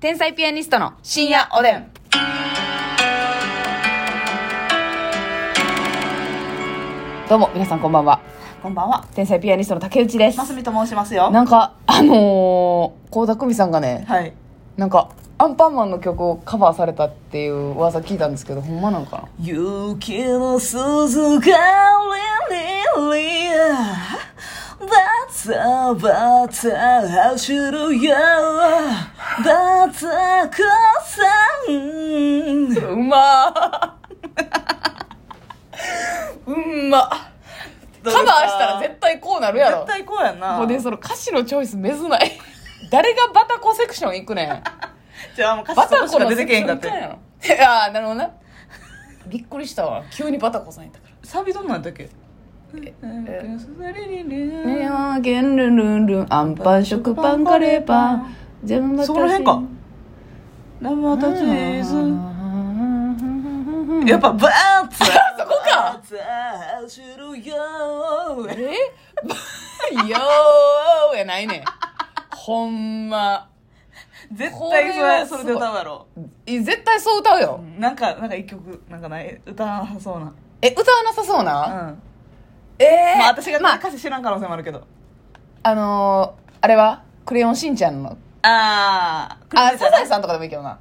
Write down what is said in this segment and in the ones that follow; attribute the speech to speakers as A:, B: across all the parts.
A: 天才ピアニストの深夜おでん。どうも、皆さんこんばんは。
B: こんばんは。
A: 天才ピアニストの竹内です
B: ま。すみと申しますよ。
A: なんか、あのー、高田久美さんがね、
B: はい。
A: なんか、アンパンマンの曲をカバーされたっていう噂聞いたんですけど、ほんまなんかな
B: 雪の鈴がりりりバタバタ走るよバタコさん
A: うまーうんまカバー
B: どうですか
A: したら絶対こうなるやろ
B: 絶対こうやんな
A: もうねその歌詞のチョイスめずない誰がバタコセクション行くねん
B: じゃあもう歌
A: バ
B: 詞そ
A: タ
B: こし
A: コ
B: か
A: の
B: 出
A: セ
B: て
A: ク
B: けへ
A: ション行
B: んかっ
A: く
B: て
A: んやろいやーなるほどなびっくりしたわ急にバタコさんいたから
B: サビどんなんだっけ
A: 「ねあげんるんるんるんあんパン食パンカレーパン」全部
B: そこら辺か生たちずやっぱバー ツそこかバーツ走るよ
A: えよーやないねんほんま
B: 絶対
A: こ
B: そ
A: れは
B: れ
A: すご
B: そ
A: い
B: れで歌うやろ
A: い絶対そう歌うよ
B: なんかなんか一曲なんかない歌わなさそうなうん
A: え歌わなさそうな、
B: ま
A: ええ
B: あ私が
A: まあ
B: 歌詞知らん可能性もあるけど
A: あのー、あれはクレヨンしんちゃんの
B: あークレヨ
A: あ
B: ンしん
A: サ
B: ちゃ
A: ザ
B: ん
A: エさんとかでもいいけどな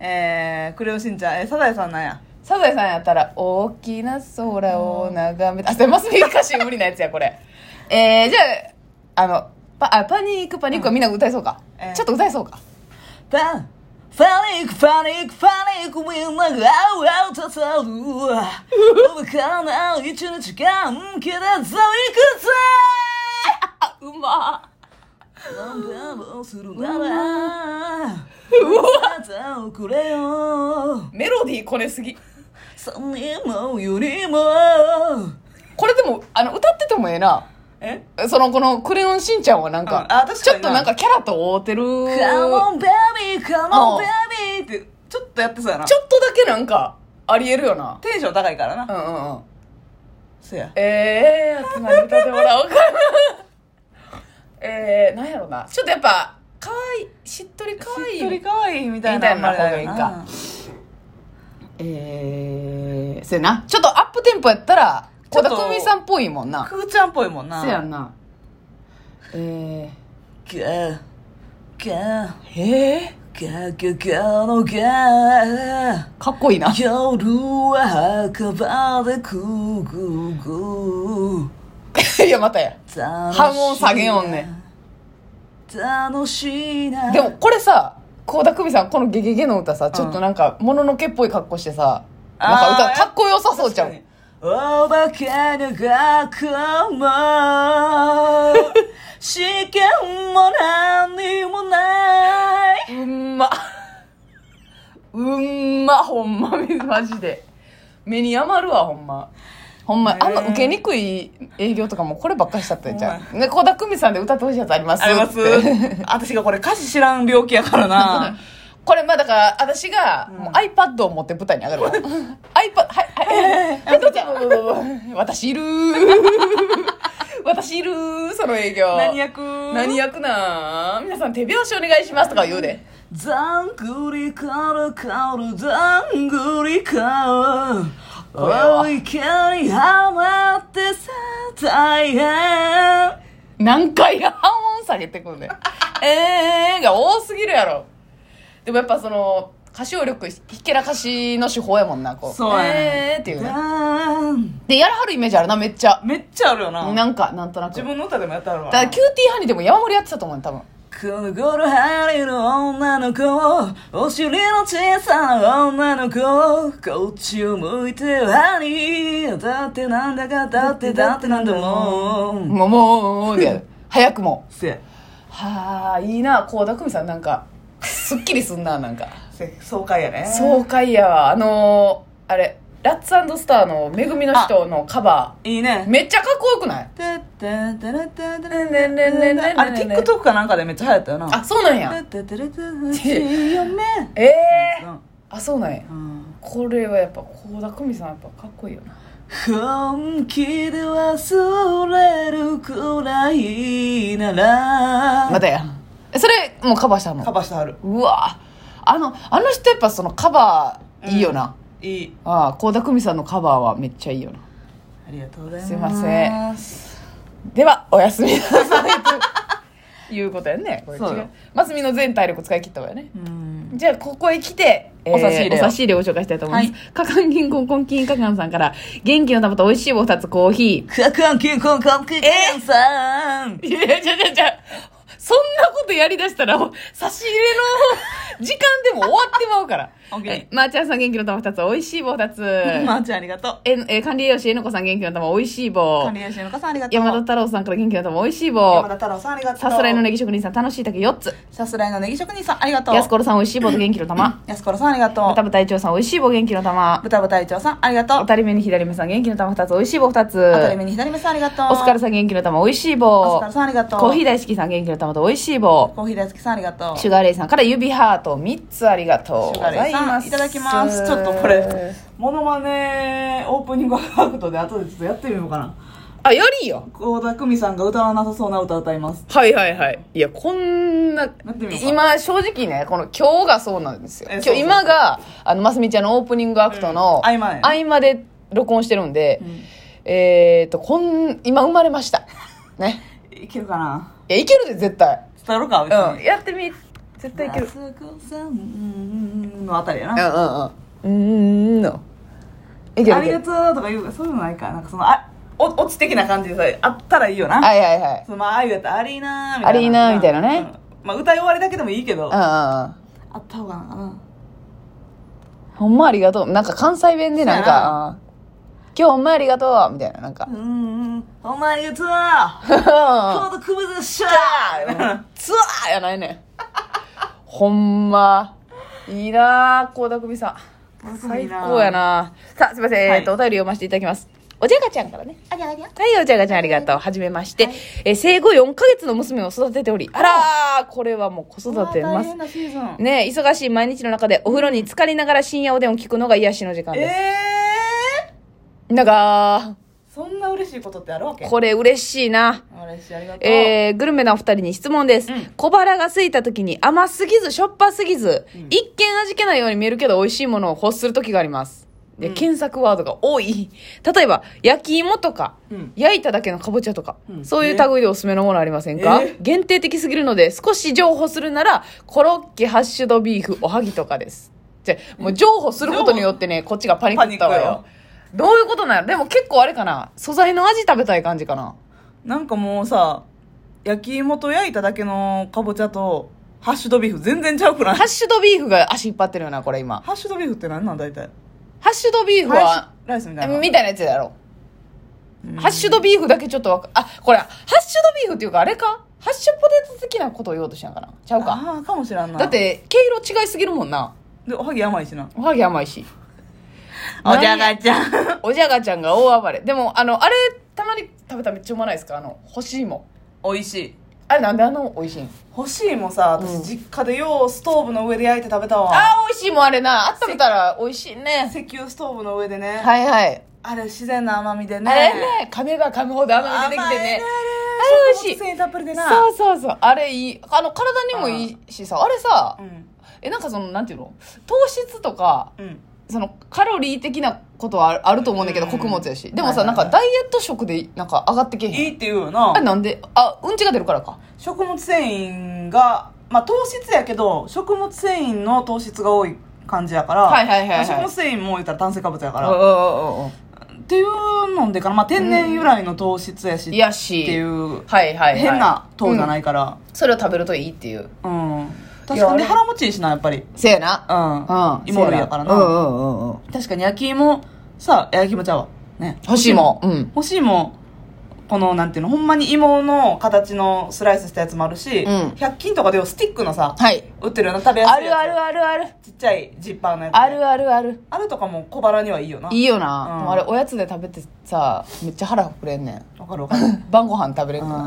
B: えークレヨンしんちゃんえサザエさんなんや
A: サザエさんやったら「大きな空を眺めて」あでマスミ歌詞無理なやつやこれ えー、じゃああのパあパニックパニックはみんな歌いそうか、
B: うんえー
A: ちょっと歌いそうか
B: パンパニックパニックパニックみんなが青々とさるおかな一日間けだぞいくぜ
A: あうま
B: 何でもするならうわくれよ
A: メロディーこねすぎ
B: 三人もよりも
A: これでもあの歌っててもええな
B: え
A: そのこの「クレヨンしんちゃん」はなんか,、
B: うんあ確かにな
A: ちょっとなんかキャラと合うてる
B: Come on baby come
A: う
B: on
A: ん
B: baby ってちょっとやってそうやな
A: ちょっとだけなんかありえるよな
B: テンション高いから
A: う
B: なん
A: うんうん
B: そや
A: ええー、集まり歌ってもらおうかな。 ええー、なんやろな。ちょっとやっぱ、かわいい、しっとりかわい
B: し
A: い。
B: っとり可愛いみたいな
A: みたいな方がいいかええー、せやな。ちょっとアップテンポやったら、
B: ちょ
A: 小
B: っと
A: 田久美さんっぽいもんな。
B: クーちゃんっぽいもんな
A: せやんな。え
B: ガガ
A: ー、ええ
B: ガガガのガ
A: ー、かっこいいな。
B: 夜は墓場でくぐぐ
A: いや、またや。
B: 半
A: 音下げよんね
B: 楽しいな
A: でもこれさ、小田久美さん、このゲゲゲの歌さ、ちょっとなんか、もののけっぽい格好してさ、なんか
B: あー
A: 歌、かっこよさそうちゃう。
B: お化けの学校も試験も何もないう
A: まっうんまほんまマジで目に余るわほんまほんま、
B: ねえ
A: あんま受けにくい営業とかもこればっかりしちゃったんじゃ
B: ほ
A: う
B: ん
A: ね小田久美さんで歌ってほしいやつあります
B: あります
A: って
B: 私がこれ歌詞知らん病気やからな
A: これまあだから私がもう iPad を持って舞台に上がる わ iPad はいはいはいどうぞどうぞどうぞ私いる ー私いるーその営業
B: 何役
A: 何役なん皆さん手拍子お願いしますとか言うで
B: ざんぐりからかるざんぐりか
A: これは
B: お池にはまってさ大変
A: 何回半音下げてくんねん。えーが多すぎるやろ。でもやっぱその、歌唱力、ひけらかしの手法やもんな、こう。
B: そうやね
A: えーっていうね。
B: だーん
A: で、やらはるイメージあるな、めっちゃ。
B: めっちゃあるよな
A: なんか、なんとなく。
B: 自
A: だ
B: 分の歌でもやったら
A: から、キューティーハニーでも山盛りやってたと思うよ多分。
B: この頃ハリの女の子お尻の小さな女の子こっちを向いてよハリーだってなんだかだってだってなんだもん
A: もう、もう、でやる。早くも。
B: せ
A: はあ、いいな、倖田來未さん、なんか、すっきりすんな、なんか。
B: せ爽快やね
A: 爽快やわ。あのー、あれ、ラッツスターのめぐみの人のカバ
B: いい
A: ー。
B: ね
A: めっちゃかっこよくない
B: あれ
A: あ
B: TikTok かなんかでめっちゃ流行ったよな
A: あ、そうなんや。ええー。あ、そうなんや。これはやっぱ、倖田來未さんやっぱかっこいいよな。
B: 本気で忘れるくらいなら
A: またや。それもうカバーしたの
B: カバーしてはる
A: うわあのあの人やっぱそのカバーいいよな、
B: いい
A: ああ倖田來未さんのカバーはめっちゃいいよな
B: ありがとうございます
A: すいませんではおやすみなさい ということやねこれ違
B: そうよ
A: うますみの全体力使い切ったわよね
B: うん
A: じゃあここへ来て、えー
B: お差し入れを
A: お差し入れを紹介したいと思います、かかん銀行コンキンかかんさんから元気の玉と美味しい棒2つコーヒ
B: クワクワンキンコンコンキンさん
A: ー いやいやじゃじゃじゃそんなことやりだしたら差し入れの時間でも終わってまう から、
B: オッケー
A: はいまー、ちゃんさん元気の玉2つ美味しい棒2つ
B: まーちゃんありがとう
A: えんえー管理栄養士えのこさん元気の玉美味しい棒
B: 管理栄養士のかさんありがとう
A: 山田太郎さんから元気の玉美味しい
B: 山
A: 棒
B: 田太郎さんありがとう
A: さすらいのネギ職人さん楽しい竹4つ
B: さすらいのネギ職人さんありがとう
A: やすころさん美味しい棒と元気の玉
B: やすころさんありがとう
A: 豚部隊長さん美味しい棒元気の玉
B: 豚部隊長さんありがとう
A: 当たり目に左目さん元気の玉2つ美味しい棒2つ
B: 当たり目に左目さんありがとう
A: オスカルさん元気の玉美味しい
B: オ
A: 棒
B: スカルさんありがとう
A: コーヒー大好きさん元気の玉と美味しい棒
B: コーヒー大好きさんありがとう
A: シュガーレイさんから指ハート3つありがとうご
B: シュガ
A: ざ
B: レイ
A: い
B: さ
A: ま
B: ん
A: す
B: いただきますちょっとこれモノマネオープニングアカクトで後でちょっとやってみようかな
A: あよりよ
B: 倖田來未さんが歌わなさそうな歌歌います
A: はいはいはいいやこんな
B: ってみようか
A: 今正直ねこの今日がそうなんですよ
B: え
A: 今
B: そうそう
A: 日今があのますみちゃんのオープニングアクトの
B: うん合間ね
A: 合間で録音してるんで
B: ん
A: えっとこん今生まれましたね
B: いけるかない
A: やいけるで絶対
B: 伝わろうか別
A: うん
B: に
A: やってみ絶対いける
B: あそこさんのあたりやな
A: うんうんうんうんのいける
B: あ
A: い
B: り
A: け
B: が
A: る
B: とうとか言うかそういうのないかなんかそのあお落ち的な感じでさあったらいいよな、
A: はいはいはい
B: そのまあああいうやったらありーなーみたいな
A: ありーなーみたいなね
B: うんまあ歌い終わりだけでもいいけど、
A: うんうんうん
B: あった方がなうん
A: ほんまありがとうなんか関西弁でなん
B: そうや
A: かうん今日ほんまありがとうみたいななんか
B: うんうんお前言うとは
A: うん
B: コード組むでしょ
A: ツワーやないねんほんまいいなぁ倖田來未さん最高やなさあすいません、
B: はい
A: えっとお便り読ませていただきますおじゃがちゃんからね
B: ありゃありゃ
A: はいおじゃがちゃんありがとうはじめまして、えー生後4ヶ月の娘を育てておりあらーこれはもう子育てま
B: 大
A: す
B: 変なシーズン
A: ねえ忙しい毎日の中でお風呂に浸かりながら深夜おでんを聞くのが癒しの時間
B: え
A: です、
B: え
A: なんか
B: そんな嬉しいことってあるわけ
A: これ嬉しいな
B: 嬉しいありがとう
A: えー、グルメなお二人に質問です、
B: うん
A: 小腹が空いた時に甘すぎずしょっぱすぎず、一見味気ないように見えるけど美味しいものを欲する時がありますで、
B: うん
A: 検索ワードが多い例えば焼き芋とか、
B: うん
A: 焼いただけのかぼちゃとか、
B: うん
A: そういう類でおすすめのものありませんか、
B: え
A: 限定的すぎるので少し譲歩するならコロッケハッシュドビーフおはぎとかですじゃもう譲歩することによってねこっちがパニックったわ
B: パニ
A: よどういうことなのでも結構あれかな素材の味食べたい感じかな
B: なんかもうさ焼き芋と焼いただけのかぼちゃとハッシュドビーフ全然ちゃうくない
A: ハッシュドビーフが足引っ張ってるよな、これ今。
B: ハッシュドビーフって何なん大体
A: ハッシュドビーフ
B: ハ
A: は、
B: ッシュライスみたいな
A: みたいなやつだろ。ハッシュドビーフだけちょっとわか、あ、これ、ハッシュドビーフっていうかあれかハッシュポテト的なことを言おうとしたんかなちゃうか。
B: ああかもしらんな
A: だって、毛色違いすぎるもんな。
B: でおはぎ甘いしな
A: おはぎ甘い し。
B: おじゃがちゃん
A: おじゃがちゃんが大暴れ。でも、あの、あれ、たまに食べたらめっちゃうまないですかあの、干し芋。
B: 美味しい
A: あれなんであの美味しいん
B: 欲しいもさ
A: うん
B: 私実家でようストーブの上で焼いて食べたわ
A: あー、美味しいもんあれな。温めたら美味しいね。
B: 石油ストーブの上でね
A: はいはい。
B: あれ自然な甘みでね
A: あれね、噛めば噛むほど甘み出てきて
B: 甘い
A: ねあれ
B: ね。
A: 美味しい
B: 植物性たっぷりでな
A: そうそうそうあれいいあの体にもいいしさあれさ、
B: うん
A: えなんかそのなんていうの糖質とか
B: うん
A: そのカロリー的なことはあるあると思うんだけど、
B: うん
A: 穀物やしでもさ、
B: はいはいはい
A: なんかダイエット食でなんか上がってけ
B: い
A: へん
B: いって言うよな
A: あれなんであうんちが出るからか
B: 食物繊維が、まあ、糖質やけど食物繊維の糖質が多い感じやから、
A: はいはいはいはい
B: まあ食物繊維も言ったら炭水化物やから、
A: あ
B: っていうのでかな、まあ、天然由来の糖質やし、
A: い
B: っ
A: やして
B: いう
A: はいはい、はい、、
B: 変な糖じゃないいから
A: それを食べるといいっていう
B: うん、確
A: いや
B: か
A: あ
B: に
A: れ
B: で腹持ちいいしなやっぱり
A: せやなう
B: うん、
A: ん
B: 芋類やからな、
A: せうんうんうんうん
B: 確かに焼き芋さあ焼き芋ちゃうわね
A: 欲しいもんうん
B: 干し芋このなんていうのほんまに芋の形のスライスしたやつもあるし、
A: うん
B: 100均とかでよスティックのさ
A: はい
B: 売ってるよな食べやすい
A: あるある
B: ある
A: あるある
B: ちっちゃいジッパーのやつ
A: あるあるある
B: あるとかも小腹にはいいよない
A: いよな、
B: うん
A: もうあれおやつで食べてさめっちゃ腹膨れんね ん
B: わかるわかる、うん
A: 晩ご飯食べれるから、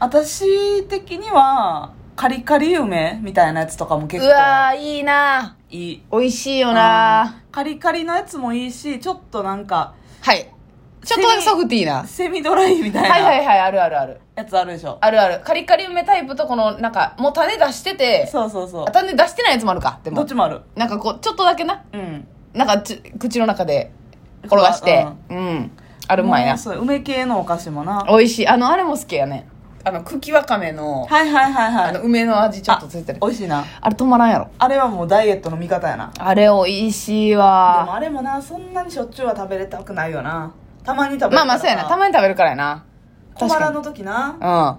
B: 私的にはカリカリ梅みたいなやつとかも結
A: う
B: 構
A: わーいいない
B: い
A: 美味しいよな
B: うんカリカリのやつもいいしちょっとなんか
A: はいちょっとだけソフティーな。は
B: セミドライみたい
A: い
B: な
A: はいはい、あるあるある。
B: やつあるでしょ
A: あるある。カリカリ梅タイプとこの、なんか、もう種出してて、
B: そうそうそう
A: あ種出してないやつもあるか。で
B: どっ
A: も
B: ち、もある
A: なんかこう、ちょっとだけな、
B: うん
A: なんかち口の中で転がして、うん。あるうまい
B: も
A: な
B: う。そう梅系のお菓子もな
A: 美味しい。あの、あれも好きやね。あの、茎わかめの、
B: はいはいはいはい
A: あの、梅の味ちょっとついてる。
B: 美味しいな
A: あれ止まらんやろ。
B: あれはもうダイエットの味方やなで
A: あれ美味しい
B: も
A: わ。
B: あれもなそんなにしょっちゅうは食べれたくないよなたまに食べれた
A: まあまあそうやな。たまに食べるからやな。
B: 小
A: 確か
B: 腹
A: に
B: の時な
A: うん。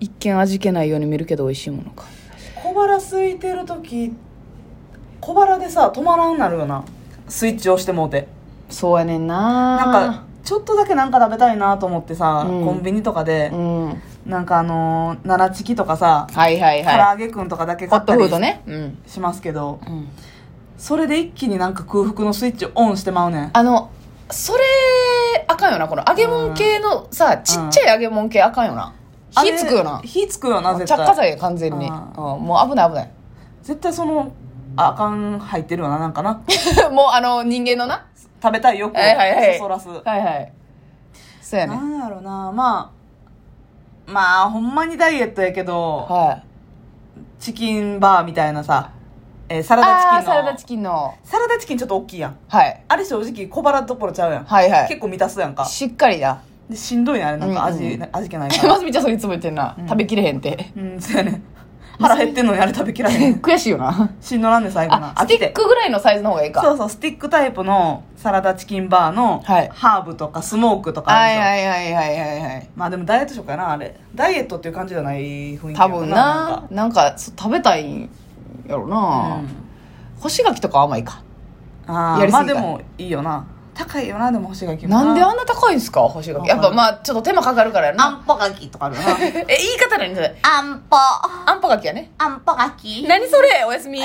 A: 一見味気ないように見るけど美味しいものか。
B: 小腹空いてる時小腹でさ止まらんなるよなスイッチ押してもうて
A: そうやねんな。
B: なんかちょっとだけなんか食べたいなと思ってさ、
A: うん
B: コンビニとかで
A: う、ん。はい
B: なんかあのー奈良チキとかさ、
A: はい
B: 唐
A: は
B: 揚げくんとかだけ
A: い。ホ
B: 買
A: ッ
B: っ
A: ト
B: た
A: フー
B: り
A: ドね。うん。
B: しますけど
A: うん。
B: それで一気になんか空腹のスイッチオンしてまうねん
A: あの、それ、あかんよな。この揚げ物系のさ、ちっちゃい揚げ物系あかんよな。
B: あれ
A: 火つくよな。
B: 火つくよな
A: 着
B: 絶
A: 火
B: 対
A: 剤や完全に。うん
B: あ
A: もう危ない危 ない。
B: 絶対そのああかん入ってるよななんかな
A: もうあの、人間のな。
B: 食べたい欲を
A: はいはいはい。
B: そそらす、
A: はいはい。そうやね。
B: なんやろなまあまあほんまにダイエットやけど
A: はい。
B: チキンバーみたいなさ、えーサラ
A: あ
B: ダ
A: あ
B: チ
A: ー
B: キンの
A: サラダチキンの。
B: サラダチキンちょっと大きいやん
A: はい。
B: あれ正直小腹どころちゃうやん、
A: はいは
B: 結
A: い。
B: 構満たすやんか
A: しっかりだ。
B: でしんどいやんあれなんか味,、
A: うんうん
B: 味気な いから
A: マスミちゃんそれいつも言ってんな。食べきれへんって。
B: うんそうやね腹減ってんのにあれ食べきらへん
A: 悔しいよな。
B: しんどなんで最後な
A: あ、
B: 飽
A: スティ
B: き
A: ッ
B: て
A: クぐらいのサイズの方がいいか。
B: そうそうスティックタイプのサラダチキンバーの
A: はい
B: ハーブとかスモークとかあ
A: は
B: る
A: い
B: でしょ
A: はいはいはいはいはい。
B: まあでもダイエット食やなあれダイエットっていう感じじゃない雰囲気や
A: 多
B: もん
A: 分
B: な
A: な、
B: ん
A: なんかそう食べたいんやろ
B: か
A: な。干し柿とか甘いか。
B: うんあ
A: や
B: ー
A: り
B: ますあ
A: ぎた
B: でもいいよな高いよなでも干し柿も
A: なんであんな高いんすか干し柿。やっぱまあちょっと手間かかるからや な。
B: んぽ柿とかあるよな
A: え、言い方何それ。
B: あんぽ
A: あんぱ柿やね。
B: あんぽ柿
A: 何それおやすみ。